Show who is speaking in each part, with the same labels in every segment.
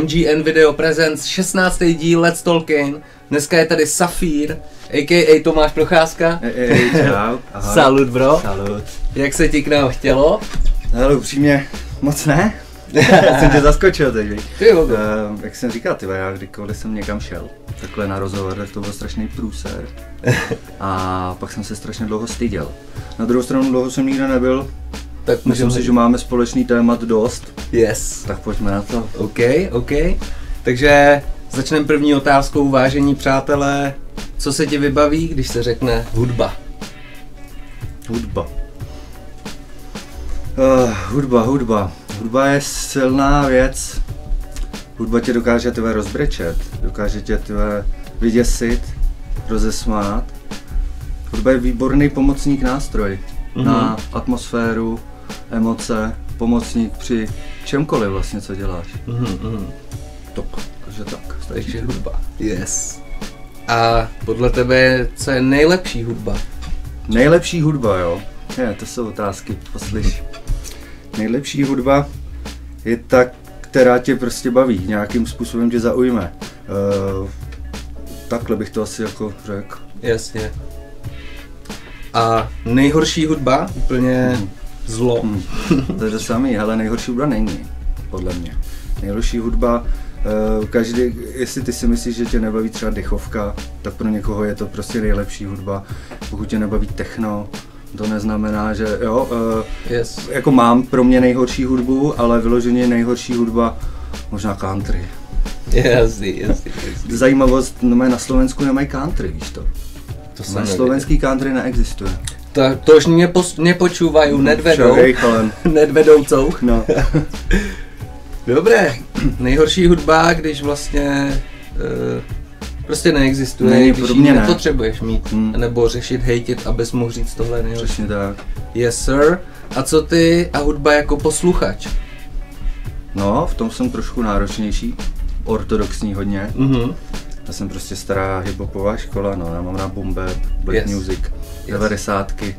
Speaker 1: MGN Video Presents 16. díl Let's Tolkien. Dneska je tady Safír, a.k.a. Tomáš Procházka.
Speaker 2: Ej, ej, čau. Ahoj.
Speaker 1: Salut bro,
Speaker 2: Salut.
Speaker 1: jak se ti k nám chtělo?
Speaker 2: Hele, upřímně, moc ne. Já jsem tě zaskočil teď, víš.
Speaker 1: Ty jo,
Speaker 2: Uh, jak jsem říkal, ty vole, já kdykoliv jsem někam šel, takhle na rozhovor, tak to byl strašný průser. A pak jsem se strašně dlouho styděl. Na druhou stranu dlouho jsem nikde nebyl,
Speaker 1: tak
Speaker 2: myslím si, že máme společný témat dost,
Speaker 1: Yes.
Speaker 2: tak pojďme na to.
Speaker 1: OK, OK. Takže začneme první otázkou, vážení přátelé. Co se ti vybaví, když se řekne hudba?
Speaker 2: Hudba. Uh, hudba, hudba. Hudba je silná věc. Hudba tě dokáže tvé rozbrečet, dokáže tě tvé vyděsit, rozesmát. Hudba je výborný pomocník nástroj
Speaker 1: Mhm.
Speaker 2: mm-hmm. na atmosféru, emoce, pomocník při čemkoliv vlastně, co děláš.
Speaker 1: Mhm, mhm.
Speaker 2: Tak, takže tak.
Speaker 1: Takže hudba. Yes. A podle tebe, co je nejlepší hudba?
Speaker 2: Nejlepší hudba, jo? Ne, to jsou otázky, poslyš. Nejlepší hudba je ta, která tě prostě baví, nějakým způsobem tě zaujme. Uh, takhle bych to asi jako řekl.
Speaker 1: Jasně. A nejhorší hudba, úplně
Speaker 2: Mhm.
Speaker 1: zlo.
Speaker 2: Hm, to je to samý, ale nejhorší hudba není, podle mě. Nejhorší hudba, eh, každý, jestli ty si myslíš, že tě nebaví třeba dechovka, tak pro někoho je to prostě nejlepší hudba. Pokud tě nebaví techno, to neznamená, že jo, eh,
Speaker 1: Yes.
Speaker 2: jako mám pro mě nejhorší hudbu, ale vyloženě nejhorší hudba možná country.
Speaker 1: Jasný, jasný, jasný.
Speaker 2: Zajímavost, no mé na Slovensku nemají country, víš to.
Speaker 1: To
Speaker 2: Na
Speaker 1: nevěděl.
Speaker 2: slovenský country neexistuje.
Speaker 1: Ta, to už mě pos, nepočúvají, nedvedou,
Speaker 2: Mm, Však, hej, chalem.
Speaker 1: nedvedou co.
Speaker 2: No.
Speaker 1: Dobré, nejhorší hudba, když vlastně uh, prostě neexistuje,
Speaker 2: Není,
Speaker 1: když
Speaker 2: pro
Speaker 1: ji
Speaker 2: mě ne.
Speaker 1: nepotřebuješ mít,
Speaker 2: Hmm.
Speaker 1: nebo řešit, hejtit, abys mohl říct tohle je nejhorší.
Speaker 2: Přesně tak.
Speaker 1: Yes sir. A co ty a hudba jako posluchač?
Speaker 2: No, v tom jsem trošku náročnější, ortodoxní hodně.
Speaker 1: Mhm.
Speaker 2: Já jsem prostě stará hiphopová škola, no, já mám na boom bap, black
Speaker 1: Yes.
Speaker 2: yes. music, devadesátky.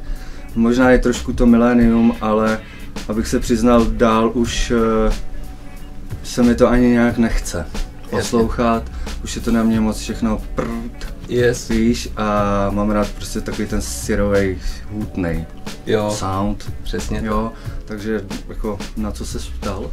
Speaker 2: Možná je trošku to milénium, ale abych se přiznal dál, už eh, se mi to ani nějak nechce poslouchat, už je to na mě moc všechno prd,
Speaker 1: Yes.
Speaker 2: víš, a mám rád prostě takový ten syrovej, hutnej
Speaker 1: Jo,
Speaker 2: sound,
Speaker 1: přesně tak.
Speaker 2: jo, takže jako na co se ptal?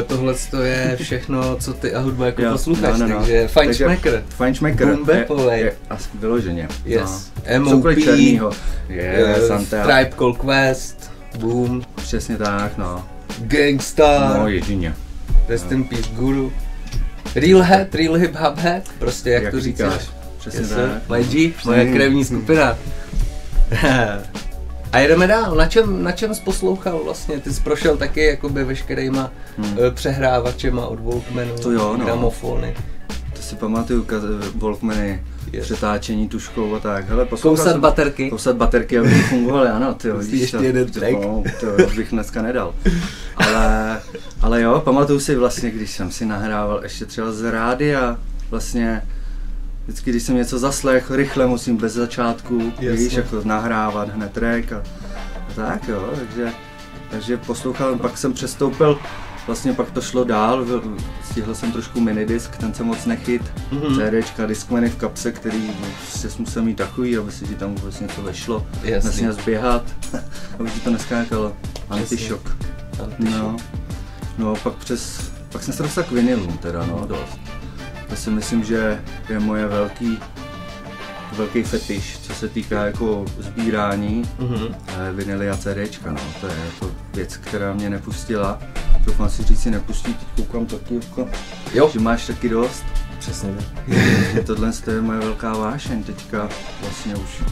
Speaker 1: Eh, tohle to je všechno, co ty a hudba jako
Speaker 2: Jo,
Speaker 1: posluchač,
Speaker 2: no, no, no.
Speaker 1: takže fajn
Speaker 2: Takže-
Speaker 1: šmekr.
Speaker 2: Feinschmecker,
Speaker 1: Boom bapovej.
Speaker 2: je, je, as- vyloženě,
Speaker 1: Yes.
Speaker 2: no.
Speaker 1: M.O.P.,
Speaker 2: Cokoliv černýho,
Speaker 1: eh,
Speaker 2: je, Santa,
Speaker 1: Tribe Called Quest, Boom,
Speaker 2: přesně tak, no,
Speaker 1: Gangstar,
Speaker 2: no jedině.
Speaker 1: Rest in Peace Guru, Real Head, Real Hip Hop Head, prostě jak, to říkáš.
Speaker 2: Přesně
Speaker 1: Yes, sir.
Speaker 2: tak. Mm.
Speaker 1: My G,
Speaker 2: Přesně.
Speaker 1: moje krevní skupina. A jedeme dál, na čem, na čem jsi poslouchal vlastně? Ty jsi prošel taky jakoby veškerýma
Speaker 2: Hm.
Speaker 1: eh, přehrávačema od Walkmanu,
Speaker 2: To jo, no.
Speaker 1: gramofony.
Speaker 2: To si pamatuju, kaz- Walkmany,
Speaker 1: Yes.
Speaker 2: přetáčení tuškou a tak. Hele, poslouchal
Speaker 1: Kousat
Speaker 2: jsem-
Speaker 1: baterky.
Speaker 2: Kousat baterky, aby fungovaly, ano, ty jo,
Speaker 1: Musí
Speaker 2: vidíš
Speaker 1: ještě
Speaker 2: to,
Speaker 1: jeden
Speaker 2: to,
Speaker 1: track.
Speaker 2: no, to bych dneska nedal. Ale, ale jo, pamatuju si vlastně, když jsem si nahrával ještě třeba z rádia, vlastně vždycky, když jsem něco zaslech, rychle musím bez začátku,
Speaker 1: Jasně.
Speaker 2: víš, jako nahrávat hned track a, a tak jo, takže, takže poslouchal, pak jsem přestoupil, vlastně pak to šlo dál, v- stihl jsem trošku minidisk, ten jsem moc nechyt, mm-hmm. CDčka, diskmeny v kapse, který no, prostě jsi musel mít takový, aby se ti tam vůbec něco vešlo,
Speaker 1: Jasně.
Speaker 2: nesměl zběhat, aby ti to neskákalo, antišok. No. no, pak přes, pak jsem se dostal k vinilům teda, no, dost. To si myslím, že je moje velký, velký fetiš, co se týká jako sbírání
Speaker 1: Mhm.
Speaker 2: eh, vinily a CDčka, no, to je jako věc, která mě nepustila. Doufám si říct, si nepustí, teď koukám taky, jako,
Speaker 1: Jo,
Speaker 2: že máš taky dost.
Speaker 1: přesně tak.
Speaker 2: Takže tohle to je moje velká vášeň teďka vlastně už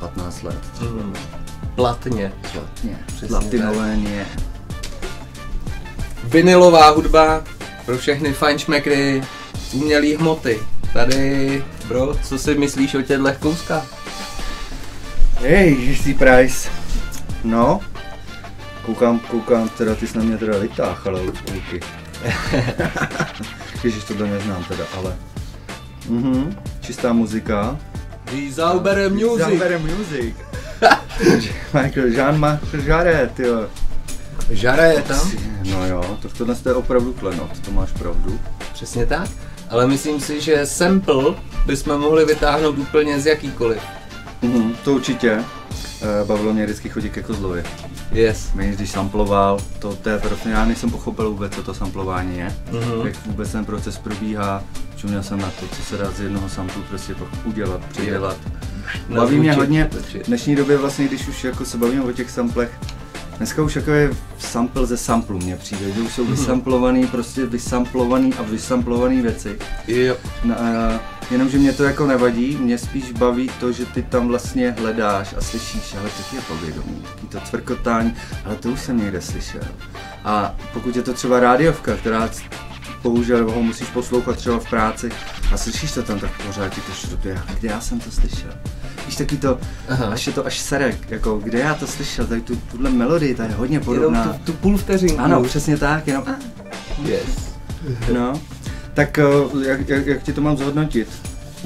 Speaker 2: 15 let.
Speaker 1: Mm. Platně.
Speaker 2: Platně.
Speaker 1: Přesně
Speaker 2: Platinové je.
Speaker 1: Vinilová hudba pro všechny fajnšmekry z umělý hmoty. Tady, bro, co si myslíš o těchto kouskách?
Speaker 2: Hej, jistý price. No, koukám, koukám, teda ty jsi na mě teda vytáhl, ale kluky. Ježiš, tohle neznám teda, ale. Mhm, čistá muzika.
Speaker 1: Die saubere Music.
Speaker 2: Zauberem music. Michael Jean Marc Jarre, ty jo.
Speaker 1: Žara je tam?
Speaker 2: No jo, tak tohle je opravdu klenot, to máš pravdu.
Speaker 1: Přesně tak. Ale myslím si, že sample bychom mohli vytáhnout úplně z jakýkoliv.
Speaker 2: Mhm, to určitě. Eh, Bavilo mě vždycky chodit ke Kozlovi.
Speaker 1: Yes.
Speaker 2: Mě když samploval, to, to je prostě, já nejsem pochopil vůbec, co to samplování je,
Speaker 1: Mhm.
Speaker 2: jak vůbec ten proces probíhá, čuměl jsem na to, co se dá z jednoho samplu prostě pak udělat, předělat. Baví mě
Speaker 1: Naučit,
Speaker 2: hodně,
Speaker 1: točit.
Speaker 2: v dnešní době vlastně, když už jako se bavíme o těch samplech, dneska už jako je sample ze samplu mně přijde, že už jsou vysamplovaný, prostě vysamplovaný a vysamplovaný věci.
Speaker 1: Jo.
Speaker 2: Na, eh, jenomže mě to jako nevadí, mě spíš baví to, že ty tam vlastně hledáš a slyšíš, ale teď je povědomí, taký to cvrkotání, ale to už jsem někde slyšel. A pokud je to třeba rádiovka, která c- bohužel ho musíš poslouchat třeba v práci a slyšíš to tam, tak pořád ti to šrubě, kde já jsem to slyšel. Víš, taky to,
Speaker 1: Aha.
Speaker 2: až je to až serek, jako kde já to slyšel, tady tu, tuhle melodii, ta je hodně
Speaker 1: Jenom
Speaker 2: podobná.
Speaker 1: tu, tu půl vteřinku.
Speaker 2: Ano, přesně tak, jenom a,
Speaker 1: Yes.
Speaker 2: No, tak eh, jak, jak, jak ti to mám zhodnotit?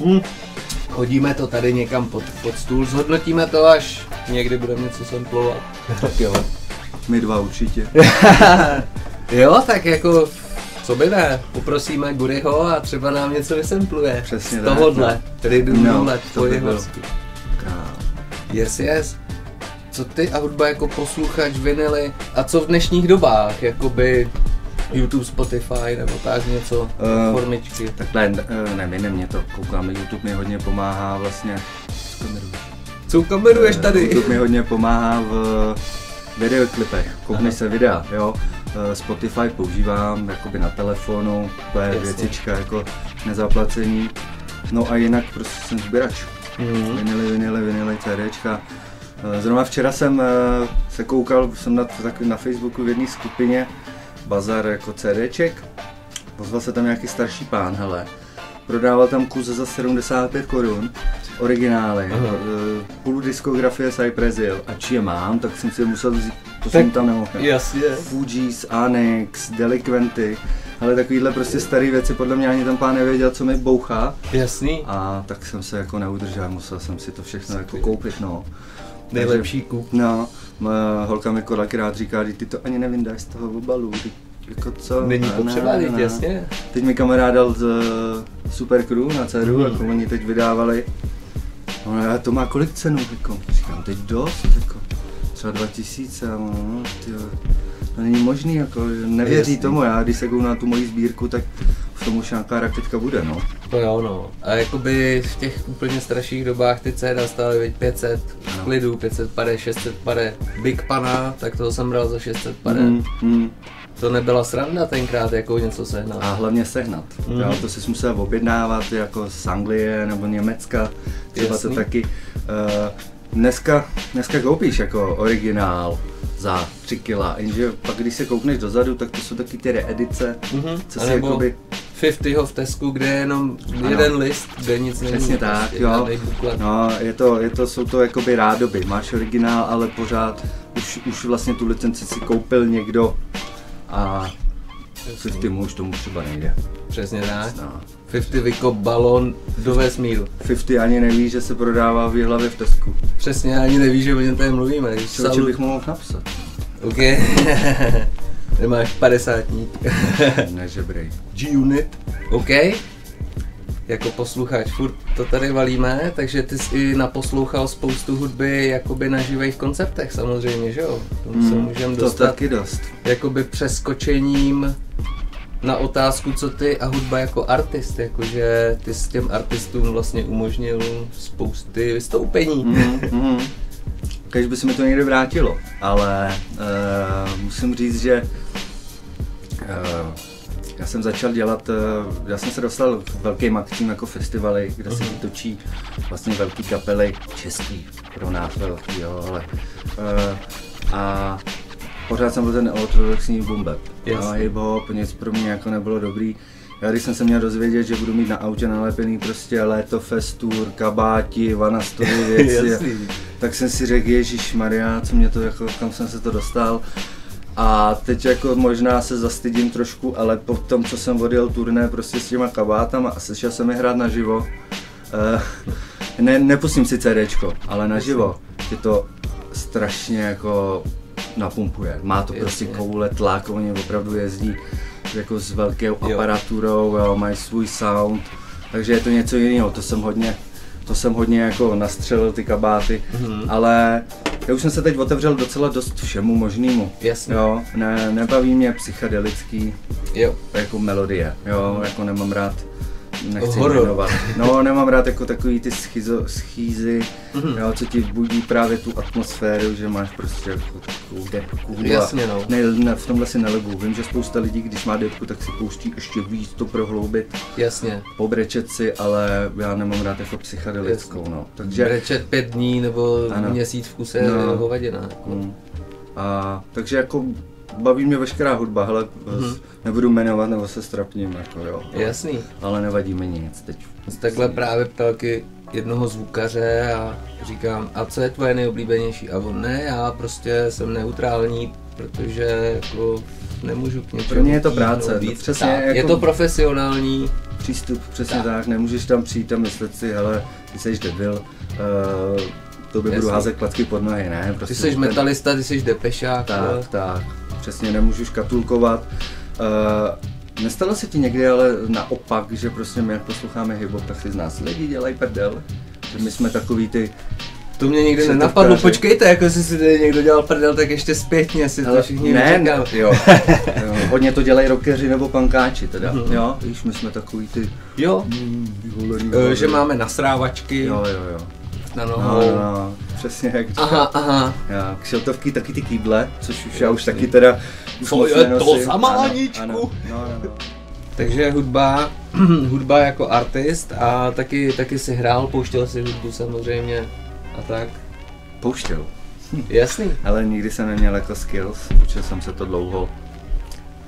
Speaker 1: Hm. Hodíme to tady někam pod, pod stůl, zhodnotíme to až někdy budeme něco samplovat.
Speaker 2: Tak jo. My dva určitě.
Speaker 1: jo, tak jako, co by ne, poprosíme Guryho a třeba nám něco vysempluje.
Speaker 2: Přesně
Speaker 1: Z
Speaker 2: tak,
Speaker 1: tohohle, tedy by
Speaker 2: No,
Speaker 1: no, let
Speaker 2: to
Speaker 1: po
Speaker 2: by
Speaker 1: jeho
Speaker 2: bylo. Král.
Speaker 1: Yes, yes. Co ty a hudba jako posluchač vinily a co v dnešních dobách, jakoby YouTube, Spotify nebo tak něco,
Speaker 2: Eh,
Speaker 1: formičky.
Speaker 2: Takhle, eh, ne, my ne, mě to koukám, YouTube mi hodně pomáhá vlastně. Co kameruješ?
Speaker 1: Co kameruješ
Speaker 2: Eh,
Speaker 1: tady?
Speaker 2: YouTube mi hodně pomáhá v videoklipech, koukneš se videa, jo. Eh, Spotify používám jakoby na telefonu, to je
Speaker 1: Jasně.
Speaker 2: věcička jako nezaplacení. No a jinak prostě jsem sběrač.
Speaker 1: Mhm.
Speaker 2: Vinily, vinily, vinily, CDčka. Eh, Zrovna včera jsem eh, se koukal, jsem na, tak, na Facebooku v jedné skupině, bazar jako CDček. Pozval se tam nějaký starší pán, hele. Prodával tam kus za 75 korun, originály,
Speaker 1: Aha.
Speaker 2: eh, půl diskografie Cypress Hill. A či je mám, tak jsem si je musel vzít, to
Speaker 1: Tak-
Speaker 2: jsem tam nemohl.
Speaker 1: Jasně.
Speaker 2: Fugees, Annex, Delinquenty, ale takovýhle prostě staré věci, podle mě ani ten pán nevěděl, co mi bouchá.
Speaker 1: Jasný.
Speaker 2: A tak jsem se jako neudržel, musel jsem si to všechno jako
Speaker 1: Skvělý.
Speaker 2: koupit, no.
Speaker 1: Nejlepší kup.
Speaker 2: Takže, no, m- holka mi kolikrát říká, "Vždyť ty to ani nevindáš z toho obalu, ty, jako co?
Speaker 1: Není
Speaker 2: Ne,
Speaker 1: potřeba,
Speaker 2: ne,
Speaker 1: teď
Speaker 2: ne."
Speaker 1: jasně.
Speaker 2: Teď mi kamarád dal z eh, Super Crew na dceru,
Speaker 1: Mhm.
Speaker 2: jako oni teď vydávali. No, ale to má kolik cenu, jako? Říkám, teď dost, jako. Třeba 2000, a ono, no, tyjo, to není možný, jako, nevěří
Speaker 1: Jasný.
Speaker 2: tomu, já když se kouknu na tu moji sbírku, tak v tom už nějaká raketka bude, no.
Speaker 1: To jo, no. A jakoby v těch úplně strašných dobách ty CD stály veď 500 v
Speaker 2: Ano.
Speaker 1: klidu, 500 pade, 600 pade. Big Pana, tak toho jsem bral za 600 pade.
Speaker 2: Mm, mm.
Speaker 1: To nebyla sranda tenkrát, jako něco sehnat.
Speaker 2: A hlavně sehnat.
Speaker 1: Mhm.
Speaker 2: Mm. Jo, to si musel objednávat jako z Anglie nebo Německa, třeba
Speaker 1: Jasný.
Speaker 2: to taky. Uh, dneska, dneska koupíš jako originál za 3 kila, jenže pak když se koukneš dozadu, tak to jsou taky ty reedice,
Speaker 1: Mhm.
Speaker 2: co
Speaker 1: A
Speaker 2: si
Speaker 1: nebo-
Speaker 2: jakoby,
Speaker 1: 50 ho v Tesku, kde je jenom ano.
Speaker 2: Ano.
Speaker 1: jeden list, kde nic není.
Speaker 2: přesně tak,
Speaker 1: prostě
Speaker 2: jo.
Speaker 1: žádnej buklet.
Speaker 2: No, je to, je to, jsou to jakoby rádoby, máš originál, ale pořád už, už vlastně tu licenci si koupil někdo a
Speaker 1: Přesně.
Speaker 2: 50 mu už tomu třeba nejde.
Speaker 1: Přesně tak.
Speaker 2: No.
Speaker 1: 50 vykop balon do vesmíru.
Speaker 2: 50 ani neví, že se prodává v hlavě v Tesku.
Speaker 1: Přesně ani neví, že o něm tady mluvíme. Když
Speaker 2: Co
Speaker 1: psal-
Speaker 2: bych mu mohl napsat?
Speaker 1: OK. Nemáš padesátník.
Speaker 2: Nežebrej.
Speaker 1: G-Unit. OK. Jako posluchač, furt to tady valíme, takže ty jsi i naposlouchal spoustu hudby jakoby na živých koncertech samozřejmě, že jo? K Tomu se můžeme
Speaker 2: Hmm. to
Speaker 1: dostat
Speaker 2: taky dost.
Speaker 1: jakoby přeskočením na otázku, co ty a hudba jako artist, jakože ty s těm artistům vlastně umožnil spousty vystoupení.
Speaker 2: Mm-hmm. Kež by se mi to někde vrátilo, ale uh, musím říct, že uh, já jsem začal dělat, uh, já jsem se dostal k velkým akcím jako festivaly, kde se točí vlastně velký kapely český, pro nás velký, jo, ale uh, a pořád jsem byl ten ortodoxní bumbeb.
Speaker 1: Jasně.
Speaker 2: No, hip-hop, nic pro mě jako nebylo dobrý. Já když jsem se měl dozvědět, že budu mít na autě nalepený prostě léto, festur, kabáti, vanastory, věci,
Speaker 1: Jasný.
Speaker 2: tak jsem si řekl, Ježíš Maria, co mě to jako, kam jsem se to dostal. A teď jako možná se zastydím trošku, ale po tom, co jsem odjel turné prostě s těma kabátama a sešel jsem je hrát naživo, eh, ne, nepustím si CDčko, ale naživo je to strašně jako napumpuje. Má to prostě
Speaker 1: Jasně.
Speaker 2: koule, tlak, oni opravdu jezdí jako s velkou
Speaker 1: Jo.
Speaker 2: aparaturou, jo, mají svůj sound, takže je to něco jiného, to jsem hodně, to jsem hodně jako nastřelil ty kabáty,
Speaker 1: Mhm.
Speaker 2: ale já už jsem se teď otevřel docela dost všemu možnému.
Speaker 1: Jasně.
Speaker 2: Jo, ne, nebaví mě psychedelický
Speaker 1: Jo,
Speaker 2: jako melodie, jo, jako nemám rád, nechci
Speaker 1: Horor.
Speaker 2: jmenovat. No, nemám rád jako takový ty schizo, schýzy,
Speaker 1: Mhm.
Speaker 2: jo, co ti budí právě tu atmosféru, že máš prostě jako takovou depku. a
Speaker 1: Jasně, no.
Speaker 2: Ne, ne, v tomhle si nelebu. Vím, že spousta lidí, když má depku, tak si pouští ještě víc to prohloubit,
Speaker 1: jasně.
Speaker 2: pobrečet si, ale já nemám rád jako psychedelickou, no.
Speaker 1: Takže...
Speaker 2: Takže,
Speaker 1: Brečet pět dní nebo ano.
Speaker 2: Ano.
Speaker 1: měsíc v kuse no.
Speaker 2: No.
Speaker 1: hovadina.
Speaker 2: mm, a, takže jako baví mě veškerá hudba, hele,
Speaker 1: Mhm.
Speaker 2: mm nebudu jmenovat nebo se strapním, jako jo.
Speaker 1: Jasný.
Speaker 2: Ale nevadí mi nic teď.
Speaker 1: Takhle právě ptal taky jednoho zvukaře a říkám, a co je tvoje nejoblíbenější? A on ne, já prostě jsem neutrální, protože jako nemůžu k něčemu
Speaker 2: Pro mě je to
Speaker 1: tíhnout
Speaker 2: práce, to
Speaker 1: víc.
Speaker 2: přesně
Speaker 1: tak,
Speaker 2: jako-
Speaker 1: Je to profesionální,
Speaker 2: Přístup, přesně tak. tak, nemůžeš tam přijít a myslet si, hele, ty jsi debil, uh, to by budu
Speaker 1: Jasně.
Speaker 2: házet klacky pod nohy, ne?
Speaker 1: ty
Speaker 2: Prostě
Speaker 1: jsi
Speaker 2: ten-
Speaker 1: metalista, ty jsi depešák. jo.
Speaker 2: Tak, tak, přesně nemůžu škatulkovat. Uh, nestalo se ti někdy ale naopak, že prostě my jak posloucháme hip-hop, tak si z nás lidi dělají prdel? Že my jsme takový ty,
Speaker 1: To mě nikdy
Speaker 2: Se to
Speaker 1: nenapadlo,
Speaker 2: ukáže.
Speaker 1: počkejte, jako jestli si tady někdo dělal prdel, tak ještě zpětně si to
Speaker 2: Hele,
Speaker 1: všichni
Speaker 2: ne,
Speaker 1: vyříkali.
Speaker 2: ne, jo. jo. Hodně to dělají rockeři nebo pankáči teda,
Speaker 1: Mhm.
Speaker 2: jo? Víš, my jsme takový ty...
Speaker 1: Jo,
Speaker 2: Mm, vyvolený
Speaker 1: eh, že
Speaker 2: hovado.
Speaker 1: máme nasrávačky
Speaker 2: Jo, jo, jo.
Speaker 1: na
Speaker 2: No,
Speaker 1: nohou.
Speaker 2: no, no, přesně jak říkám.
Speaker 1: Aha, aha.
Speaker 2: Já, kšeltovky, taky ty kýble, což už já už taky teda... už
Speaker 1: Co
Speaker 2: moc
Speaker 1: je to
Speaker 2: nenosím.
Speaker 1: za
Speaker 2: Ano,
Speaker 1: malaničku?
Speaker 2: ano, No, no, no.
Speaker 1: Takže hudba, hudba jako artist a taky, taky si hrál, pouštěl si hudbu samozřejmě a tak.
Speaker 2: Pouštěl.
Speaker 1: Jasný.
Speaker 2: Ale nikdy jsem neměl jako skills, učil jsem se to dlouho.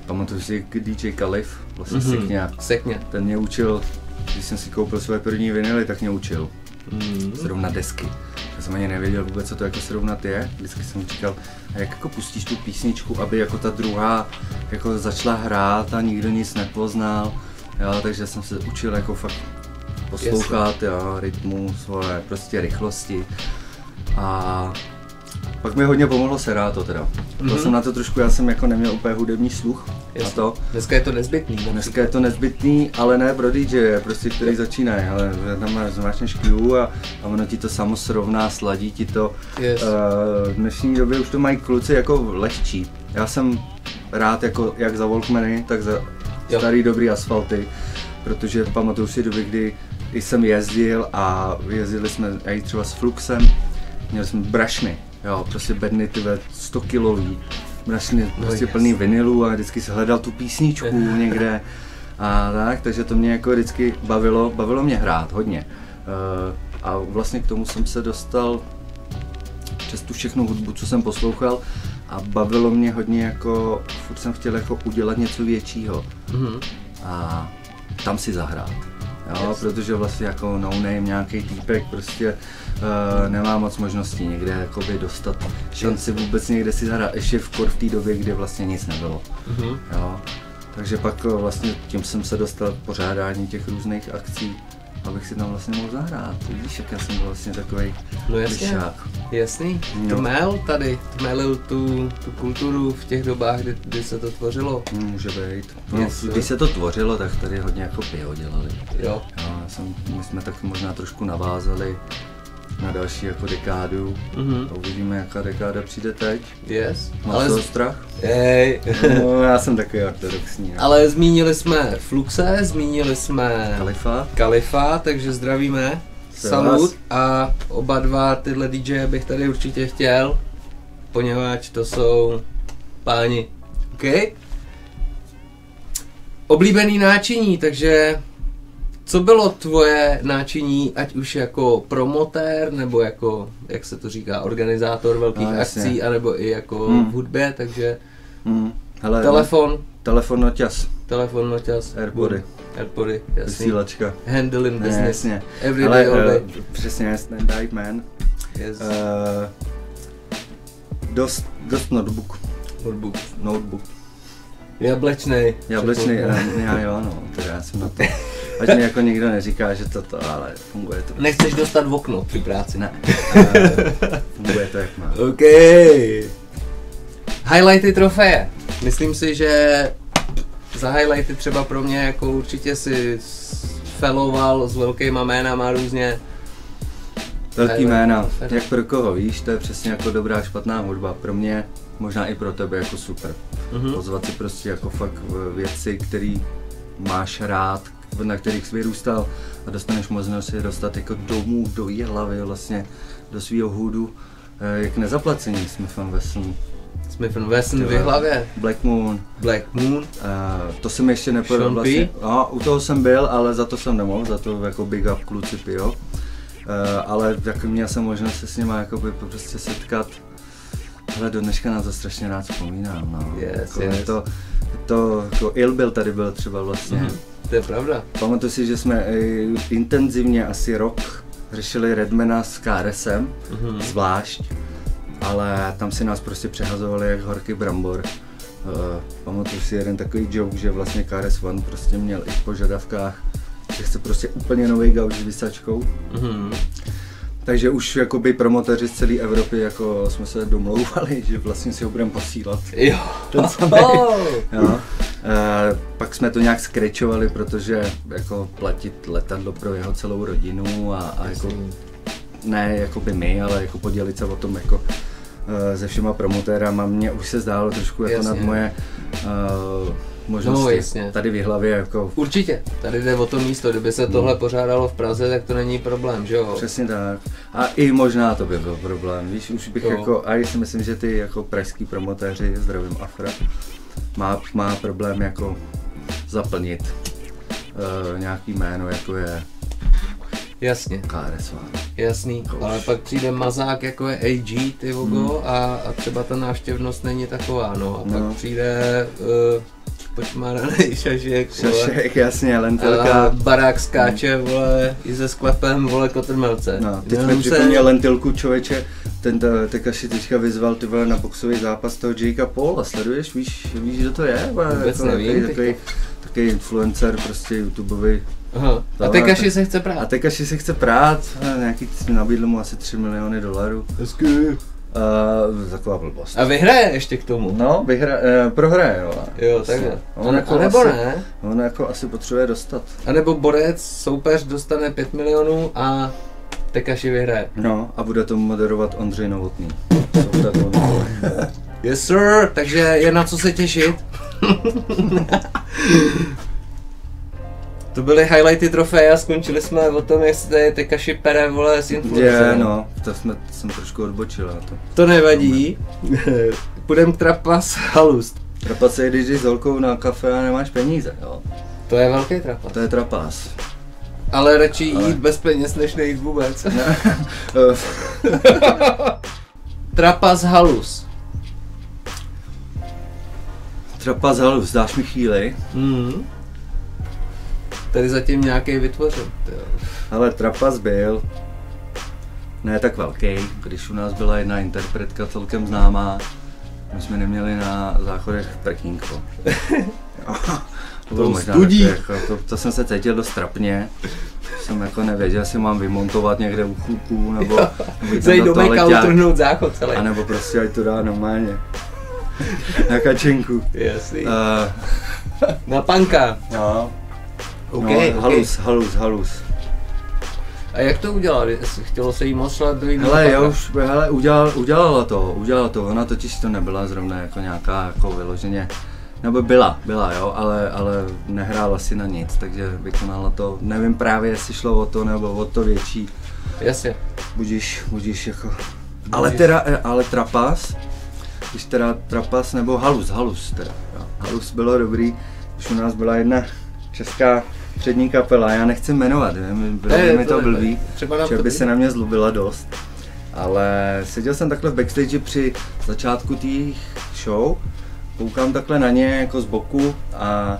Speaker 2: Pamatuju si jak DJ Kalif, vlastně mm-hmm.
Speaker 1: Mhm.
Speaker 2: Sikňa.
Speaker 1: Sekně.
Speaker 2: Ten mě učil, když jsem si koupil své první vinily, tak mě učil
Speaker 1: Mm.
Speaker 2: srovnat desky. Já jsem ani nevěděl vůbec, co to jako srovnat je. Vždycky jsem říkal, a jak jako pustíš tu písničku, aby jako ta druhá jako začala hrát a nikdo nic nepoznal. Jo, takže jsem se učil jako fakt poslouchat, jo, rytmus, vole, prostě rychlosti. A pak mi hodně pomohlo seráto teda. Mm-hmm.
Speaker 1: Mhm.
Speaker 2: Byl jsem na to trošku, já jsem jako neměl úplně hudební sluch na
Speaker 1: Jasný.
Speaker 2: to.
Speaker 1: Dneska je to nezbytný.
Speaker 2: Dneska je to nezbytný, ale ne pro DJ, prostě který začínají, ale tam máš- zmáčneš Q a, a ono ti to samo srovná, sladí ti to.
Speaker 1: Yes.
Speaker 2: Eh, v dnešní době už to mají kluci jako lehčí. Já jsem rád jako jak za Walkmany, tak za
Speaker 1: Jo.
Speaker 2: starý dobrý asfalty, protože pamatuju si doby, kdy jsem jezdil a jezdili jsme i třeba s Fluxem, měli jsme brašny, jo, prostě bedny ty 100 kilový, brašny
Speaker 1: No
Speaker 2: prostě
Speaker 1: jasně.
Speaker 2: plný vinilů a vždycky se hledal tu písničku někde a tak, takže to mě jako vždycky bavilo, bavilo mě hrát hodně. Eh, A vlastně k tomu jsem se dostal přes tu všechnu hudbu, co jsem poslouchal a bavilo mě hodně jako, furt jsem chtěl jako udělat něco většího
Speaker 1: Mhm.
Speaker 2: a tam si zahrát. Jo, protože vlastně jako no name nějaký týpek prostě uh, nemá moc možností někde jakoby dostat šanci vůbec někde si zahrát, ještě v kor v té době, kdy vlastně nic nebylo.
Speaker 1: Mhm.
Speaker 2: Jo. Takže pak eh, vlastně tím jsem se dostal k pořádání těch různých akcí, abych si tam vlastně mohl zahrát. Vidíš, jak já jsem byl vlastně takový
Speaker 1: No jasně. Jasný.
Speaker 2: No.
Speaker 1: Tmel tady, tmelil tu, tu kulturu v těch dobách, kdy, kdy se to tvořilo.
Speaker 2: Může být. No,
Speaker 1: Yes, jo.
Speaker 2: když se to tvořilo, tak tady hodně jako pivo dělali.
Speaker 1: Jo.
Speaker 2: Jo, já jsem, my jsme tak možná trošku navázali na další jako dekádu.
Speaker 1: Mhm.
Speaker 2: A uvidíme, jaká dekáda přijde teď.
Speaker 1: Yes.
Speaker 2: Máš
Speaker 1: Ale,
Speaker 2: Ale...
Speaker 1: z...
Speaker 2: strach?
Speaker 1: Ej.
Speaker 2: No, já jsem takový ortodoxní. jako Ale...
Speaker 1: Ale zmínili jsme Fluxe, zmínili jsme
Speaker 2: Kalifa?
Speaker 1: Kalifa, takže zdravíme.
Speaker 2: Se
Speaker 1: Salut
Speaker 2: vás.
Speaker 1: a oba dva tyhle DJ bych tady určitě chtěl, poněvadž to jsou páni. OK? Oblíbený náčiní, takže co bylo tvoje náčiní, ať už jako promotér, nebo jako, jak se to říká, organizátor velkých
Speaker 2: No, jasně.
Speaker 1: akcí, anebo i jako
Speaker 2: Hmm.
Speaker 1: v hudbě, takže
Speaker 2: Mm. Hele, Telefon.
Speaker 1: telefon,
Speaker 2: Telefon no, noťas.
Speaker 1: telefon, noťaz,
Speaker 2: Airpody.
Speaker 1: boom, Airpody, jasný.
Speaker 2: Vysílačka.
Speaker 1: Handle in
Speaker 2: Ne,
Speaker 1: business,
Speaker 2: jasně.
Speaker 1: every
Speaker 2: Ale,
Speaker 1: day, all day.
Speaker 2: eh, přesně, stand up man.
Speaker 1: Yes.
Speaker 2: Eh, dost, dost notebook.
Speaker 1: Hudbu.
Speaker 2: Notebook.
Speaker 1: Jablečnej.
Speaker 2: Jablečný,
Speaker 1: Předpokládám.
Speaker 2: eh, já jo, no, teda já jsem na to. Ať mi jako nikdo neříká, že toto, ale funguje to.
Speaker 1: Nechceš dostat v okno při práci.
Speaker 2: Ne. Eh, Funguje to jak má.
Speaker 1: OK. Highlighty trofeje. Myslím si, že za highlighty třeba pro mě jako určitě si feloval s velkýma jménama různě.
Speaker 2: Velký
Speaker 1: Highlight
Speaker 2: jména,
Speaker 1: trofej.
Speaker 2: jak pro koho, víš, to je přesně jako dobrá, špatná hudba. Pro mě, možná i pro tebe jako super.
Speaker 1: Mhm.
Speaker 2: Pozvat si prostě jako fakt eh, věci, které máš rád, na kterých jsi vyrůstal a dostaneš možnost si je dostat jako domů, do jehlavy vlastně, do svého hudu, eh, jak nezaplacení Smith Wesson,
Speaker 1: Smith Wesson v hlavě.
Speaker 2: Black Moon,
Speaker 1: Black Moon.
Speaker 2: Eh, to se mi ještě nepovedlo
Speaker 1: Sean P?
Speaker 2: vlastně. No, u toho jsem byl, ale za to jsem nemohl, za to jako big up kluci pio. Uh, ale jako měl jsem možnost se s nimi jakoby prostě setkat. Ale do dneška na to strašně rád vzpomínám. No.
Speaker 1: Yes,
Speaker 2: jako
Speaker 1: yes.
Speaker 2: To, to jako Il byl tady byl třeba vlastně.
Speaker 1: Mhm. To je pravda.
Speaker 2: Pamatuju si, že jsme eh, intenzivně asi rok řešili Redmana s KRSem,
Speaker 1: Mhm.
Speaker 2: zvlášť, ale tam si nás prostě přehazovali jak horky brambor. Eh, pamatuju si jeden takový joke, že vlastně KRS One prostě měl i v požadavkách, že chce prostě úplně nový gauč s vysačkou.
Speaker 1: Mhm.
Speaker 2: Takže už jakoby promoteři z celé Evropy jako jsme se domlouvali, že vlastně si ho budeme posílat.
Speaker 1: Jo.
Speaker 2: Ten samý.
Speaker 1: Oh.
Speaker 2: Jo. E, pak jsme to nějak skrečovali, protože jako platit letadlo pro jeho celou rodinu a, a jako, ne jako by my, ale jako podělit se o tom jako e, se všema promotérama. Mně už se zdálo trošku jako
Speaker 1: Jasně.
Speaker 2: nad moje e, možnosti
Speaker 1: No, jasně.
Speaker 2: tady v hlavě jako
Speaker 1: Určitě, tady jde o to místo, kdyby se
Speaker 2: Mm.
Speaker 1: tohle pořádalo v Praze, tak to není problém, že jo?
Speaker 2: Přesně tak. A i možná to by byl problém. Víš, už bych
Speaker 1: Jo.
Speaker 2: jo. jako, a já si myslím, že ty jako pražský promotéři, zdravím Afra, má, má problém jako zaplnit uh, nějaký jméno, jako je
Speaker 1: Jasně,
Speaker 2: KRS
Speaker 1: jasný,
Speaker 2: To už-
Speaker 1: ale pak přijde mazák jako je AG, ty vogo, a, a třeba ta návštěvnost není taková, no. A pak
Speaker 2: Hmm. No.
Speaker 1: přijde uh, počmáraný šašek, vole.
Speaker 2: Šašek, jasně,
Speaker 1: A
Speaker 2: lentilka.
Speaker 1: barák skáče, vole, i se sklepem, vole, kotrmelce.
Speaker 2: Hmm. No, teď
Speaker 1: Jenom
Speaker 2: mi připomněl lentilku člověče, ten ta- Tekashi teďka vyzval ty vole na boxový zápas toho Jakea Paula, sleduješ, víš, víš, kdo to je? Vole, jako
Speaker 1: Vůbec nevím,
Speaker 2: takový-
Speaker 1: teď-
Speaker 2: takový- takový influencer, prostě youtubeový,
Speaker 1: Aha. A
Speaker 2: Ale-
Speaker 1: Tekaši se chce
Speaker 2: A
Speaker 1: prát.
Speaker 2: teďka si se chce prát, eh, nějaký nabídl mu asi 3 miliony dolarů. Uh, taková blbost.
Speaker 1: A vyhraje ještě k tomu.
Speaker 2: No, vyhra, uh, prohraje, jo.
Speaker 1: Jo,
Speaker 2: Prostě.
Speaker 1: takhle.
Speaker 2: On
Speaker 1: A
Speaker 2: jako
Speaker 1: nebo
Speaker 2: asi,
Speaker 1: ne?
Speaker 2: On jako asi potřebuje dostat.
Speaker 1: A nebo borec, soupeř dostane 5 milionů a Tekaši vyhraje.
Speaker 2: No, a bude to moderovat Ondřej Novotný. Jsou tak on-
Speaker 1: Yes sir, takže je na co se těšit. to byly highlighty trofeje a skončili jsme o tom, jestli Tekashi pere vole s
Speaker 2: Je,
Speaker 1: influencerem.
Speaker 2: no, to jsme, jsem trošku odbočil na to.
Speaker 1: To nevadí. Půjdem k trapas halust.
Speaker 2: Trapas je, když jdeš s holkou na kafe a nemáš peníze, jo.
Speaker 1: To je velký trapas.
Speaker 2: To je trapas.
Speaker 1: Ale radši jít
Speaker 2: Ale-
Speaker 1: bez peněz, než nejít vůbec.
Speaker 2: Eh,
Speaker 1: trapas halus.
Speaker 2: trapas, ale vzdáš mi chvíli.
Speaker 1: Mhm. Tady zatím nějaký vytvořil. tyjo.
Speaker 2: Ale trapas byl ne tak velký, když u nás byla jedna interpretka celkem známá. My jsme neměli na záchodech prkínko. to, bylo
Speaker 1: Tou
Speaker 2: možná
Speaker 1: studí.
Speaker 2: takový Jako, to, to, jsem se cítil dost trapně. Jsem jako nevěděl, jestli mám vymontovat někde u chůků, nebo, nebo jít tam
Speaker 1: Zajít do meka
Speaker 2: toaleťáku,
Speaker 1: utrhnout záchod celý.
Speaker 2: A nebo prostě ať to dá normálně. Na kačenku.
Speaker 1: Jasný.
Speaker 2: Uh,
Speaker 1: Na panka.
Speaker 2: no,
Speaker 1: OK,
Speaker 2: no,
Speaker 1: OK.
Speaker 2: halus, halus, halus.
Speaker 1: A jak to udělal? Jestli Chtělo se jí moslat do jiného
Speaker 2: Hele,
Speaker 1: panka?
Speaker 2: já už, hele, udělal, udělala to, udělala to, ona totiž to nebyla zrovna jako nějaká jako vyloženě, nebo byla, byla jo, ale, ale nehrála si na nic, takže vykonala to, nevím právě jestli šlo o to nebo o to větší,
Speaker 1: Jasně.
Speaker 2: budíš, budíš jako, ale teda, eh, ale trapas, když teda trapas nebo halus, halus teda, jo. halus bylo dobrý, když u nás byla jedna česká přední kapela, já nechci jmenovat, vím, bylo
Speaker 1: Ne,
Speaker 2: by mi
Speaker 1: to
Speaker 2: to
Speaker 1: ne, ne.
Speaker 2: blbý,
Speaker 1: Třeba nám
Speaker 2: že
Speaker 1: to
Speaker 2: by
Speaker 1: ty-
Speaker 2: se na mě zlobila dost. Ale seděl jsem takhle v backstage při začátku těch show, koukám takhle na ně jako z boku a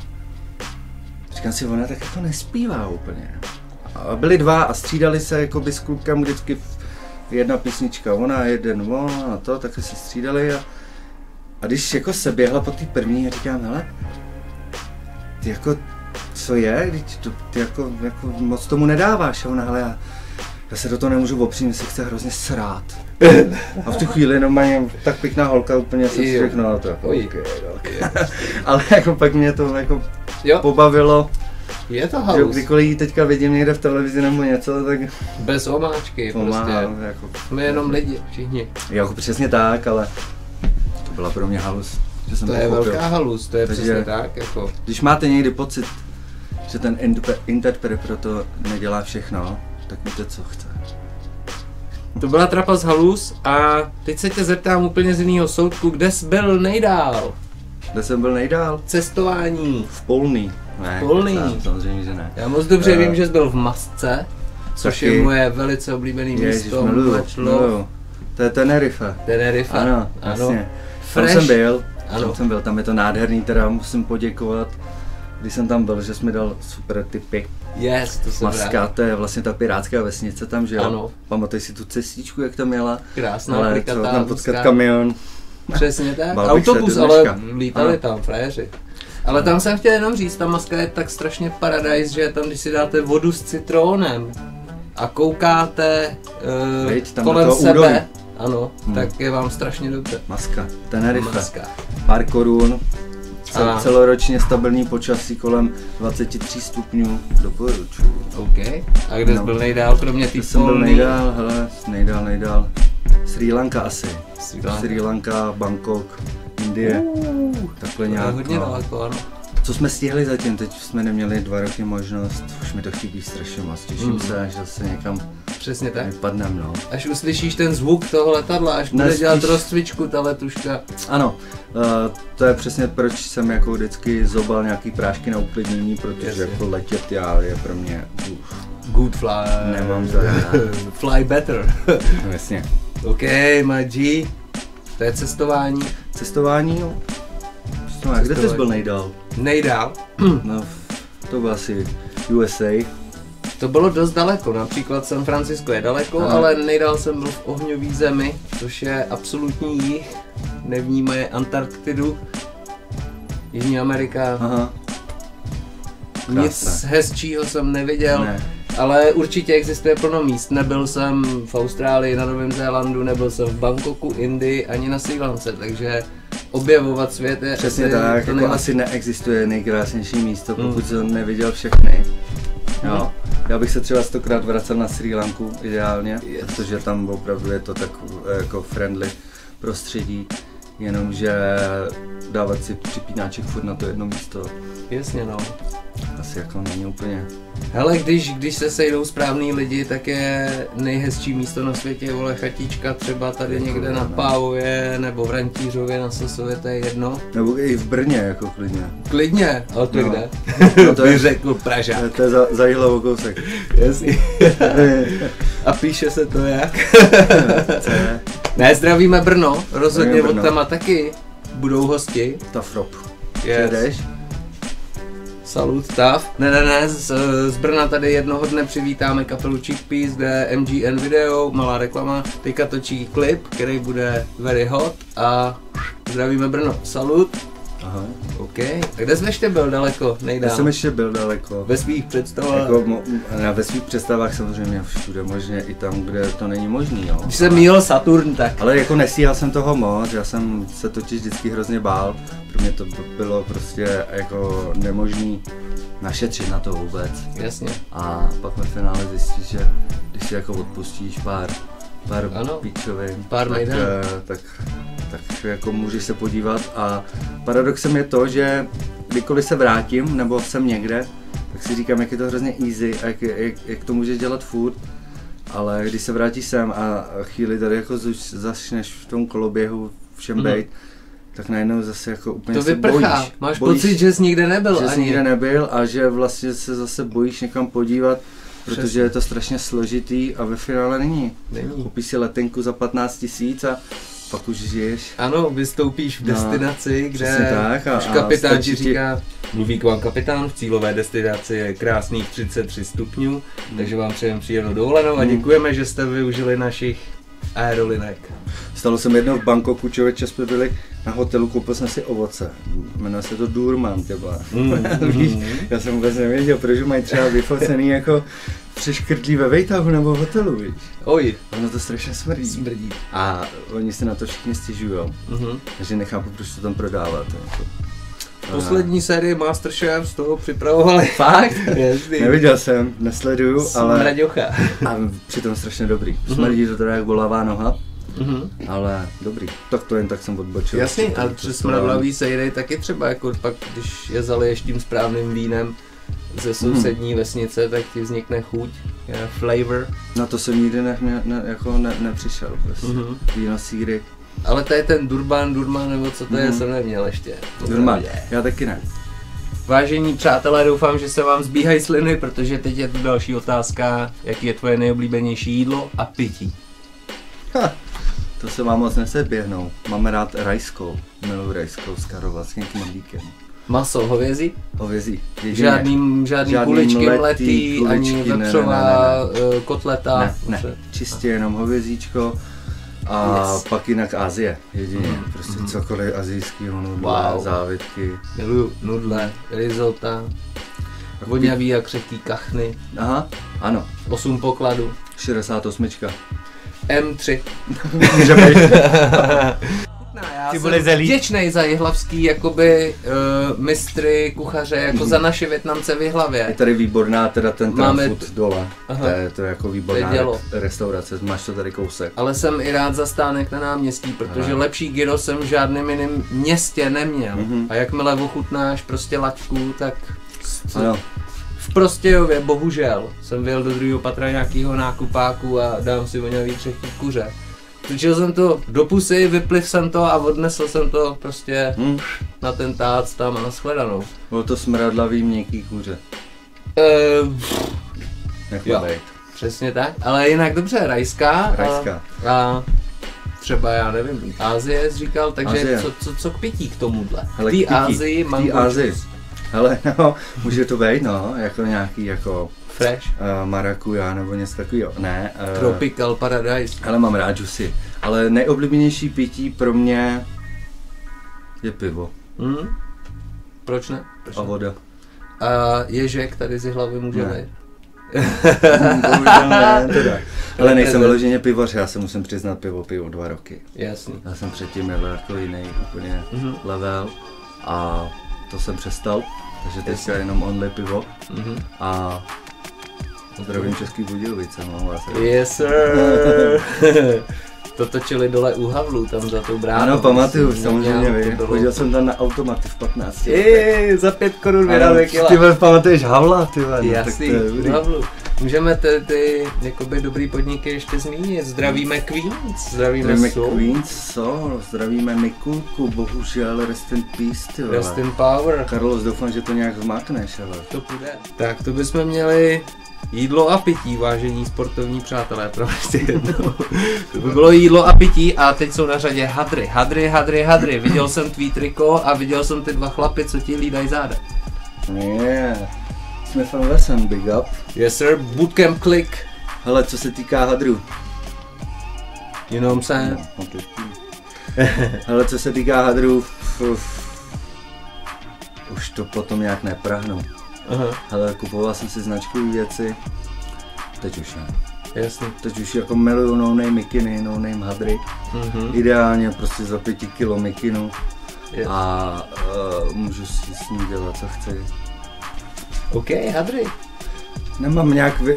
Speaker 2: říkám si, ona tak jako nespívá úplně. A byli dva a střídali se jako by s klukem vždycky v- jedna písnička, ona, jeden, ona a to, tak se střídali a, a když jako se běhla po té první, já říkám, hele, ty jako, co je, Vždyť to, ty jako, jako moc tomu nedáváš a ona, hele, já, já se do toho nemůžu opřít, mi se chce hrozně srát. A v tu chvíli normálně tak pěkná holka, úplně jsem si
Speaker 1: Jo.
Speaker 2: řekl, no to.
Speaker 1: Oj.
Speaker 2: ok, ok. Ale jako pak mě to jako
Speaker 1: Jo,
Speaker 2: pobavilo,
Speaker 1: je to
Speaker 2: že
Speaker 1: house.
Speaker 2: kdykoliv ji teďka vidím někde v televizi nebo něco, tak
Speaker 1: Bez omáčky, prostě.
Speaker 2: pomáhám. Jako,
Speaker 1: Jsme jenom lidi, všichni.
Speaker 2: jako přesně tak, ale to byla pro mě halus. Že jsem
Speaker 1: To je
Speaker 2: pochopil.
Speaker 1: velká halus, to je
Speaker 2: Takže-
Speaker 1: přesně tak, jako.
Speaker 2: Když máte někdy pocit, že ten interpre- interpret proto nedělá všechno, tak víte, co chce.
Speaker 1: To byla trapa z halus a teď se tě zeptám úplně z jiného soudku, kde jsi byl nejdál?
Speaker 2: Kde jsem byl nejdál?
Speaker 1: Cestování.
Speaker 2: V Polný. Ne,
Speaker 1: V Polný.
Speaker 2: sám- Samozřejmě, že ne.
Speaker 1: Já moc dobře
Speaker 2: Eh,
Speaker 1: vím, že jsi byl v Masce, což
Speaker 2: taky.
Speaker 1: je moje velice oblíbené místo.
Speaker 2: miluju,
Speaker 1: Mačlo,
Speaker 2: miluju. no, To je Tenerife.
Speaker 1: Tenerife.
Speaker 2: Ano, jasně. Tam
Speaker 1: Fresh.
Speaker 2: jsem byl,
Speaker 1: Ano.
Speaker 2: tam jsem byl, tam je to nádherný, teda musím poděkovat. Když jsem tam byl, že jsi mi dal super tipy.
Speaker 1: Yes, to jsem rád.
Speaker 2: Maska, to je vlastně ta pirátská vesnice tam, že jo?
Speaker 1: Ano.
Speaker 2: Pamatuj si tu cestičku, jak tam jela?
Speaker 1: Krásná
Speaker 2: Ale
Speaker 1: aplikata,
Speaker 2: co, tam potkat
Speaker 1: ruská.
Speaker 2: kamion.
Speaker 1: No. Přesně tak.
Speaker 2: Bál bych se
Speaker 1: Autobus,
Speaker 2: do
Speaker 1: ale
Speaker 2: dneška.
Speaker 1: lítali
Speaker 2: Ano.
Speaker 1: tam frajeři. Ale tam jsem chtěl jenom říct, ta maska je tak strašně paradajs, že tam, když si dáte vodu s citrónem a koukáte
Speaker 2: Viď,
Speaker 1: uh,
Speaker 2: tam do
Speaker 1: kolem
Speaker 2: toho
Speaker 1: sebe,
Speaker 2: údolí. Hmm.
Speaker 1: ano, tak je vám strašně dobře.
Speaker 2: Maska, Tenerife.
Speaker 1: Maska.
Speaker 2: Pár korun, cel,
Speaker 1: A.
Speaker 2: celoročně stabilní počasí kolem 23 stupňů, doporučuju.
Speaker 1: OK. A kde jsi
Speaker 2: No.
Speaker 1: byl nejdál, kromě
Speaker 2: Ty
Speaker 1: ty
Speaker 2: jsem byl
Speaker 1: polný?
Speaker 2: nejdál, hele, nejdál, nejdál. Sri Lanka asi.
Speaker 1: Sri Lanka.
Speaker 2: Sri Lanka, Bangkok, Indie. takhle
Speaker 1: To je
Speaker 2: nějak.
Speaker 1: hodně
Speaker 2: no.
Speaker 1: daleko, ano.
Speaker 2: Co jsme stihli zatím? Teď jsme neměli dva roky možnost, už mi to chybí strašně moc. Těším
Speaker 1: Mm.
Speaker 2: se, až zase někam
Speaker 1: Přesně tak.
Speaker 2: vypadnem, no.
Speaker 1: Až uslyšíš ten zvuk toho letadla, až bude
Speaker 2: Nespíš.
Speaker 1: dělat rozcvičku ta letuška.
Speaker 2: Ano, eh, to je přesně proč jsem jako vždycky zobal nějaký prášky na uklidnění, protože
Speaker 1: Jasně.
Speaker 2: jako letět já je pro mě, uf,
Speaker 1: Good fly.
Speaker 2: Nemám zájem.
Speaker 1: fly better.
Speaker 2: no Eh, jasně.
Speaker 1: OK, my G. To je cestování.
Speaker 2: Cestování, jo. Cestování. Kde ty jsi byl nejdál?
Speaker 1: Nejdál.
Speaker 2: No, to byl asi USA.
Speaker 1: To bylo dost daleko, například San Francisco je daleko,
Speaker 2: Ano.
Speaker 1: ale nejdál jsem byl v ohňový zemi, což je absolutní jih, nevnímaje Antarktidu, Jižní Amerika,
Speaker 2: Aha.
Speaker 1: nic hezčího jsem neviděl,
Speaker 2: Ne.
Speaker 1: ale určitě existuje plno míst. Nebyl jsem v Austrálii, na Novém Zélandu, nebyl jsem v Bangkoku, Indii ani na Sri Lance, takže objevovat svět je
Speaker 2: Přesně
Speaker 1: asi
Speaker 2: tak,
Speaker 1: to
Speaker 2: jako
Speaker 1: nejlepší.
Speaker 2: asi neexistuje nejkrásnější místo,
Speaker 1: Mm.
Speaker 2: pokud jsem neviděl všechny. Jo. Já bych se třeba stokrát vracel na Sri Lanku ideálně,
Speaker 1: Yes.
Speaker 2: protože tam opravdu je to tak eh, jako friendly prostředí, jenomže dávat si připínáček furt na to jedno místo
Speaker 1: Jasně no.
Speaker 2: asi jako není úplně.
Speaker 1: Hele, když, když se sejdou správný lidi, tak je nejhezčí místo na světě, vole, chatička třeba tady
Speaker 2: Jako
Speaker 1: někde
Speaker 2: jo,
Speaker 1: na
Speaker 2: no.
Speaker 1: Pávově, nebo v Rantířově, na Sosově, to je jedno.
Speaker 2: Nebo i v Brně jako klidně.
Speaker 1: Klidně, ale to je
Speaker 2: No.
Speaker 1: kde?
Speaker 2: No to je-
Speaker 1: By řekl Praža.
Speaker 2: To je- To je za, za jihlavou kousek.
Speaker 1: Jasně. A píše se to jak?
Speaker 2: Co je?
Speaker 1: Ne, zdravíme Brno, rozhodně
Speaker 2: Zdravíme
Speaker 1: od
Speaker 2: Brno.
Speaker 1: tam taky budou hosti.
Speaker 2: Ta frop.
Speaker 1: Yes.
Speaker 2: Přijedeš?
Speaker 1: Salut, tav. Ne, ne, ne, z, z Brna tady jednoho dne přivítáme kapelu Chickpeas, kde je MGN video, malá reklama, teďka točí klip, který bude very hot a zdravíme Brno. Salut.
Speaker 2: Aha.
Speaker 1: OK. A kde jsi ještě byl daleko?
Speaker 2: Já
Speaker 1: Nejdál.
Speaker 2: jsem ještě byl daleko.
Speaker 1: Ve svých představách.
Speaker 2: Jako, mo- já ve svých představách samozřejmě všude možně, i tam, kde to není možný, jo.
Speaker 1: Když jsem měl Saturn, tak.
Speaker 2: Ale jako nesíhal jsem toho moc, já jsem se totiž vždycky hrozně bál, pro mě to b- bylo prostě jako nemožný našetřit na to vůbec.
Speaker 1: Jasně.
Speaker 2: A pak ve finále zjistíš, že když si jako odpustíš pár, pár
Speaker 1: Ano.
Speaker 2: píčovin,
Speaker 1: Pár
Speaker 2: tak,
Speaker 1: mejdanů.
Speaker 2: eh, tak, tak, jako můžeš se podívat a paradoxem je to, že kdykoliv se vrátím nebo jsem někde, tak si říkám, jak je to hrozně easy a jak, jak, jak to můžeš dělat furt, ale když se vrátíš sem a chvíli tady jako zuš- začneš v tom koloběhu všem
Speaker 1: Mhm.
Speaker 2: mm. bejt, tak najednou zase jako úplně
Speaker 1: To
Speaker 2: se
Speaker 1: vyprchá.
Speaker 2: bojíš.
Speaker 1: Máš
Speaker 2: bojíš
Speaker 1: pocit, že jsi nikde nebyl
Speaker 2: že jsi
Speaker 1: ani.
Speaker 2: nikde nebyl a že vlastně se zase bojíš někam podívat, protože
Speaker 1: Přesně.
Speaker 2: je to strašně složitý a ve finále není.
Speaker 1: Není.
Speaker 2: Koupíš si letenku za 15 tisíc a pak už žiješ.
Speaker 1: Ano, vystoupíš v
Speaker 2: No,
Speaker 1: destinaci,
Speaker 2: přesně
Speaker 1: kde
Speaker 2: tak a-
Speaker 1: už
Speaker 2: a
Speaker 1: kapitán ti
Speaker 2: stačí ti-
Speaker 1: říká, mluví k vám kapitán, v cílové destinaci je krásných 33 stupňů, takže vám přejeme příjemnou dovolenou a
Speaker 2: Hmm.
Speaker 1: děkujeme, že jste využili našich aerolinek.
Speaker 2: Stalo se mi jednou v Bangkoku, člověče jsme byli na hotelu, koupil jsem si ovoce. Jmenuje se to Durman, těba.
Speaker 1: Mhm.
Speaker 2: Mm. já jsem vůbec nevěděl, protože mají třeba vyfocený jako přeškrtlí ve vejtahu nebo v hotelu, víš.
Speaker 1: Oj,
Speaker 2: Ono to strašně smrdí.
Speaker 1: smrdí.
Speaker 2: A oni si na to všichni stěžují,
Speaker 1: Mhm.
Speaker 2: takže nechápu, proč to tam prodávat. Jako.
Speaker 1: Poslední série Masterchef z toho připravovali.
Speaker 2: Fakt?
Speaker 1: Jasný.
Speaker 2: Neviděl jsem, nesleduju, ale
Speaker 1: Smraďocha.
Speaker 2: a přitom strašně dobrý. Smrdí to teda jak bolavá noha,
Speaker 1: Mhm.
Speaker 2: ale dobrý. Tak to jen tak jsem odbočil.
Speaker 1: Jasně,
Speaker 2: Určitě
Speaker 1: ale
Speaker 2: to
Speaker 1: přes
Speaker 2: cestování.
Speaker 1: smradlavý sejry taky třeba, jako pak, když je zaliješ tím správným vínem
Speaker 2: Mhm.
Speaker 1: ze sousední vesnice, tak ti vznikne chuť, eh, flavor.
Speaker 2: Na to jsem nikdy ne, ne, ne, jako ne, nepřišel. Prostě.
Speaker 1: Mhm.
Speaker 2: Víno síry.
Speaker 1: Ale to je ten Durban, Durman, nebo co to je,
Speaker 2: Mhm.
Speaker 1: jsem neměl ještě. To
Speaker 2: Normálně.
Speaker 1: je.
Speaker 2: Já taky ne.
Speaker 1: Vážení přátelé, doufám, že se vám zbíhají sliny, protože teď je tu další otázka, jaký je tvoje nejoblíbenější jídlo a pití.
Speaker 2: Ha, to se vám moc neseběhnou. Mám rád rajskou. Miluji rajskou s karovackým knedlíkem.
Speaker 1: Maso hovězí?
Speaker 2: Hovězí. Jedině.
Speaker 1: Žádný, žádný,
Speaker 2: Žádný
Speaker 1: kuličky
Speaker 2: mletý,
Speaker 1: mletý, ani
Speaker 2: kuličky, ne, ne,
Speaker 1: vepřová
Speaker 2: ne,
Speaker 1: eh, kotleta.
Speaker 2: Ne, ne. Čistě jenom hovězíčko. A
Speaker 1: Yes. Mm.
Speaker 2: pak jinak Azie, jedině. Prostě cokoliv no, azijského nudla,
Speaker 1: Wow.
Speaker 2: závitky.
Speaker 1: Miluju nudle, risota,
Speaker 2: Tak
Speaker 1: voňavý a křehký kachny,
Speaker 2: Aha, ano.
Speaker 1: 8 pokladů,
Speaker 2: 68.
Speaker 1: M3.
Speaker 2: Může být.
Speaker 1: No, já
Speaker 3: Ty
Speaker 1: jsem
Speaker 3: vole, zelí.
Speaker 1: vděčnej za jihlavský jakoby uh, mistry, kuchaře, jako za naše Větnamce v
Speaker 2: Je
Speaker 1: Jihlavě.
Speaker 2: tady výborná teda ten
Speaker 1: Máme
Speaker 2: Máme...
Speaker 1: t-
Speaker 2: food dole.
Speaker 1: Aha.
Speaker 2: To je, to je jako výborná
Speaker 1: To je dělo.
Speaker 2: re- restaurace, máš to tady kousek.
Speaker 1: Ale jsem i rád za stánek na náměstí, protože
Speaker 2: Aha.
Speaker 1: lepší gyro jsem v žádném jiném městě neměl.
Speaker 2: Mhm.
Speaker 1: A jakmile ochutnáš prostě laťku, tak s-
Speaker 2: Ano,
Speaker 1: v Prostějově, bohužel, jsem vyjel do druhého patra nějakého nákupáku a dám si voňavý křehký kuře. Točil jsem to do pusy, vypliv jsem to a odnesl jsem to prostě
Speaker 2: hm.
Speaker 1: na ten tác tam a nashledanou.
Speaker 2: bylo to smradlavý měkký kuře.
Speaker 1: Ehm,
Speaker 2: Nech
Speaker 1: Jo.
Speaker 2: to být.
Speaker 1: přesně tak, ale jinak dobře, rajská.
Speaker 2: Rajská.
Speaker 1: A, a třeba, já nevím, Ázie jsi říkal, takže
Speaker 2: Asie.
Speaker 1: co, co, co k pití k tomuhle?
Speaker 2: Hele,
Speaker 1: v
Speaker 2: k
Speaker 1: té
Speaker 2: pití.
Speaker 1: Ázii
Speaker 2: V té
Speaker 1: mám
Speaker 2: Asii. Ale no, může to být, no, jako nějaký jako
Speaker 1: Fresh,
Speaker 2: uh, marakuja nebo něco takového. Ne, eh,
Speaker 1: Tropical Paradise.
Speaker 2: ale mám rád džusy. Ale nejoblíbenější pití pro mě je pivo
Speaker 1: Hm? Proč ne? Proč
Speaker 2: a
Speaker 1: ne?
Speaker 2: voda.
Speaker 1: A ježek tady z hlavy může
Speaker 2: Ne.
Speaker 1: být.
Speaker 2: Hm, bohužel ne, teda. Ale nejsem
Speaker 1: Prezent.
Speaker 2: vyloženě pivoř, já se musím přiznat pivo, pivo dva roky.
Speaker 1: Jasný.
Speaker 2: Já jsem předtím jel jako jiný úplně
Speaker 1: Mhm.
Speaker 2: level a to jsem přestal, takže teďka
Speaker 1: Jasně.
Speaker 2: jenom only pivo
Speaker 1: Mhm.
Speaker 2: a zdravím Český Budějovice, no vás.
Speaker 1: Yes sir. to točili dole u Havlu, tam za tou bránou.
Speaker 2: Ano, pamatuju,
Speaker 1: Myslím,
Speaker 2: samozřejmě
Speaker 1: nějak
Speaker 2: vím,
Speaker 1: to bylo-
Speaker 2: chodil jsem tam na automaty v 15.
Speaker 1: Jej, za pět korun
Speaker 2: Ano,
Speaker 1: vydáme kila.
Speaker 2: Ty vole, pamatuješ Havla, ty vole, no, tak to
Speaker 1: Jasný,
Speaker 2: je dobrý.
Speaker 1: u Havlu. Můžeme ty, ty jakoby dobrý podniky ještě zmínit. Zdravíme Queens, zdravíme,
Speaker 2: Zdravíme
Speaker 1: zdravíme Soul,
Speaker 2: Queen's Soul, zdravíme Mikulku, bohužel Rest in Peace, ty vole.
Speaker 1: Rest in Power.
Speaker 2: Carlos, doufám, že to nějak zmákneš, ale
Speaker 1: To půjde. Tak to bychom měli jídlo a pití, vážení sportovní přátelé, pro ještě jednou. to by bylo jídlo a pití a teď jsou na řadě hadry, hadry, hadry, hadry. Viděl jsem tvý triko a viděl jsem ty dva chlapy, co ti lídají záda.
Speaker 2: Yeah. Jsme fan Wesem, big up.
Speaker 1: Yes sir, bootcamp click,
Speaker 2: Hele, co se týká hadru.
Speaker 1: jenom se.
Speaker 2: No, to je špín. Hele, co se týká hadru, uf, už to potom nějak neprahnu.
Speaker 1: Aha,
Speaker 2: Hele, kupoval jsem si značku věci. Teď už ne.
Speaker 1: jasný.
Speaker 2: Teď už jako miluju no name mikiny, no name hadry.
Speaker 1: Mhm.
Speaker 2: Ideálně prostě za pěti kilo mikinu.
Speaker 1: Yes.
Speaker 2: A uh, můžu si s ní dělat, co chci.
Speaker 1: OK, hadry.
Speaker 2: Nemám nějak, uh,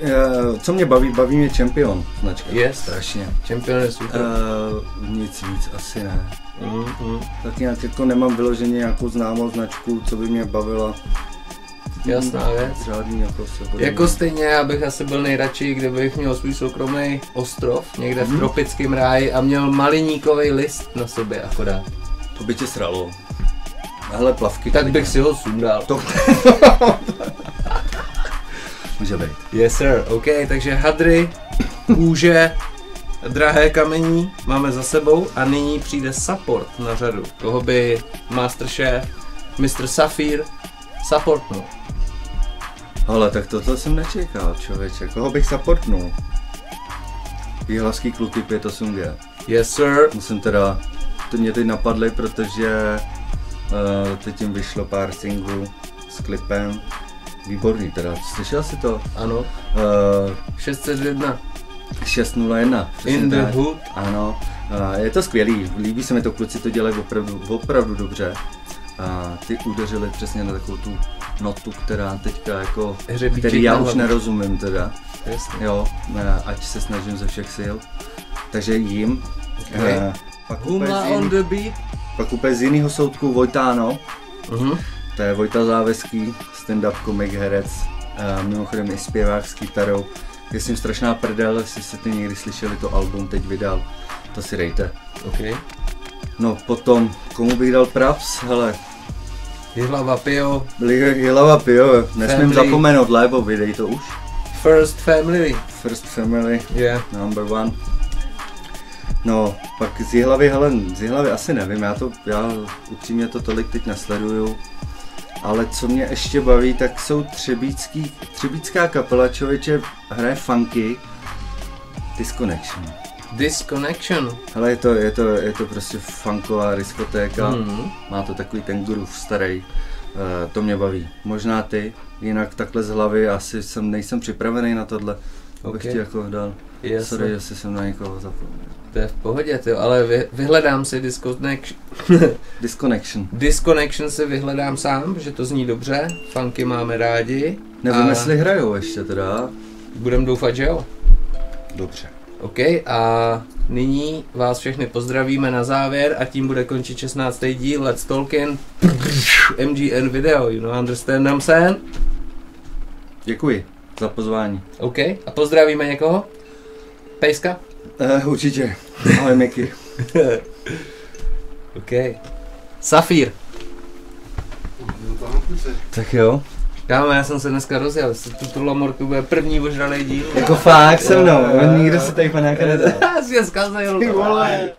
Speaker 2: co mě baví, baví mě Champion značka.
Speaker 1: Yes.
Speaker 2: Strašně.
Speaker 1: Čempion je super.
Speaker 2: Uh, nic víc asi ne.
Speaker 1: Mhm, mhm.
Speaker 2: Tak nějak jako nemám vyloženě nějakou známou značku, co by mě bavila.
Speaker 1: Jasná
Speaker 2: Mm,
Speaker 1: věc.
Speaker 2: Žádný jako se podobně.
Speaker 1: Jako stejně, já bych asi byl nejradši, kdybych měl svůj soukromý ostrov někde v
Speaker 2: Mhm.
Speaker 1: tropickém ráji a měl maliníkový list na sobě akorát.
Speaker 2: To by tě sralo. Hele, plavky.
Speaker 1: Tak
Speaker 2: klidně.
Speaker 1: bych si ho sundal.
Speaker 2: To... Může být.
Speaker 1: Yes sir. OK, takže hadry, kůže, drahé kamení máme za sebou a nyní přijde support na řadu. Koho by Masterchef, Mr. Safir, supportnul.
Speaker 2: Hele, tak toto jsem nečekal, člověče. Koho bych supportnul? Jihlavský kluky 58G.
Speaker 1: Yes, sir.
Speaker 2: Musím teda, to mě teď napadly, protože uh, teď jim vyšlo pár singlů s klipem. Výborný teda, slyšel jsi to?
Speaker 1: Ano.
Speaker 2: Uh,
Speaker 1: 601.
Speaker 2: 601. přesně
Speaker 1: In the
Speaker 2: tak.
Speaker 1: hood.
Speaker 2: Ano, a je to skvělý, líbí se mi to, kluci to dělají opravdu, opravdu dobře. A ty udeřili přesně na takovou tu notu, která teďka jako,
Speaker 1: Hřebíček
Speaker 2: který já
Speaker 1: na
Speaker 2: už
Speaker 1: hlavu.
Speaker 2: nerozumím teda,
Speaker 1: Jasně.
Speaker 2: jo, a ať se snažím ze všech sil. Takže jim.
Speaker 1: Okay.
Speaker 2: eh, Pak úplně,
Speaker 1: Humla
Speaker 2: z
Speaker 1: on
Speaker 2: jiný,
Speaker 1: the beat.
Speaker 2: pak úplně z jiného soudku Vojtáno,
Speaker 1: Mhm.
Speaker 2: to je Vojta Záveský, stand-up komik, herec, a mimochodem i zpěvák s kytarou. Je s ním strašná prdel, jestli jste to někdy slyšeli, to album teď vydal, to si dejte.
Speaker 1: OK.
Speaker 2: No potom, komu bych dal praps, hele,
Speaker 1: Jihlava Pio.
Speaker 2: Jilava Pio, nesmím
Speaker 1: Family.
Speaker 2: zapomenout, lébo, vydej to už.
Speaker 1: First Family.
Speaker 2: First Family,
Speaker 1: Yeah.
Speaker 2: number one. No, pak z Jihlavy, hele, z Jihlavy asi nevím, já to, já upřímně to tolik teď nesleduju. Ale co mě ještě baví, tak jsou třebícký, třebícká kapela, člověče, hraje funky, Disconnection.
Speaker 1: Disconnection.
Speaker 2: Hele, je to, je to, je to prostě funková diskotéka.
Speaker 1: Mhm.
Speaker 2: Má to takový ten groove starý, Eh, to mě baví. Možná ty, jinak takhle z hlavy asi jsem, nejsem připravený na tohle. Okay. Abych
Speaker 1: Ok.
Speaker 2: ti jako dal.
Speaker 1: Yes,
Speaker 2: Sorry,
Speaker 1: sir.
Speaker 2: jestli jsem na někoho zapomněl.
Speaker 1: To je v pohodě, ty, ale vy, vyhledám si Disconnection.
Speaker 2: Disconnection.
Speaker 1: Disconnection si vyhledám sám, že to zní dobře. Funky máme rádi.
Speaker 2: Nevím,
Speaker 1: A-
Speaker 2: jestli hrajou ještě teda.
Speaker 1: Budem doufat, že jo.
Speaker 2: Dobře.
Speaker 1: OK, a nyní vás všechny pozdravíme na závěr a tím bude končit 16. díl Let's Talking MGN video, you know, understand what I'm saying?
Speaker 2: Děkuji za pozvání.
Speaker 1: OK, a pozdravíme někoho? Pejska?
Speaker 2: Uh, určitě. Ahoj Miky.
Speaker 1: OK. Safír.
Speaker 2: tak jo.
Speaker 1: Kámo, já jsem se dneska rozjel, s- tu- tuhle morku bude první ožraný díl.
Speaker 2: Jako fakt se mnou, nikdo se tady panáka nedá.
Speaker 1: Já si je zkazil.
Speaker 2: Eh, Ty vole.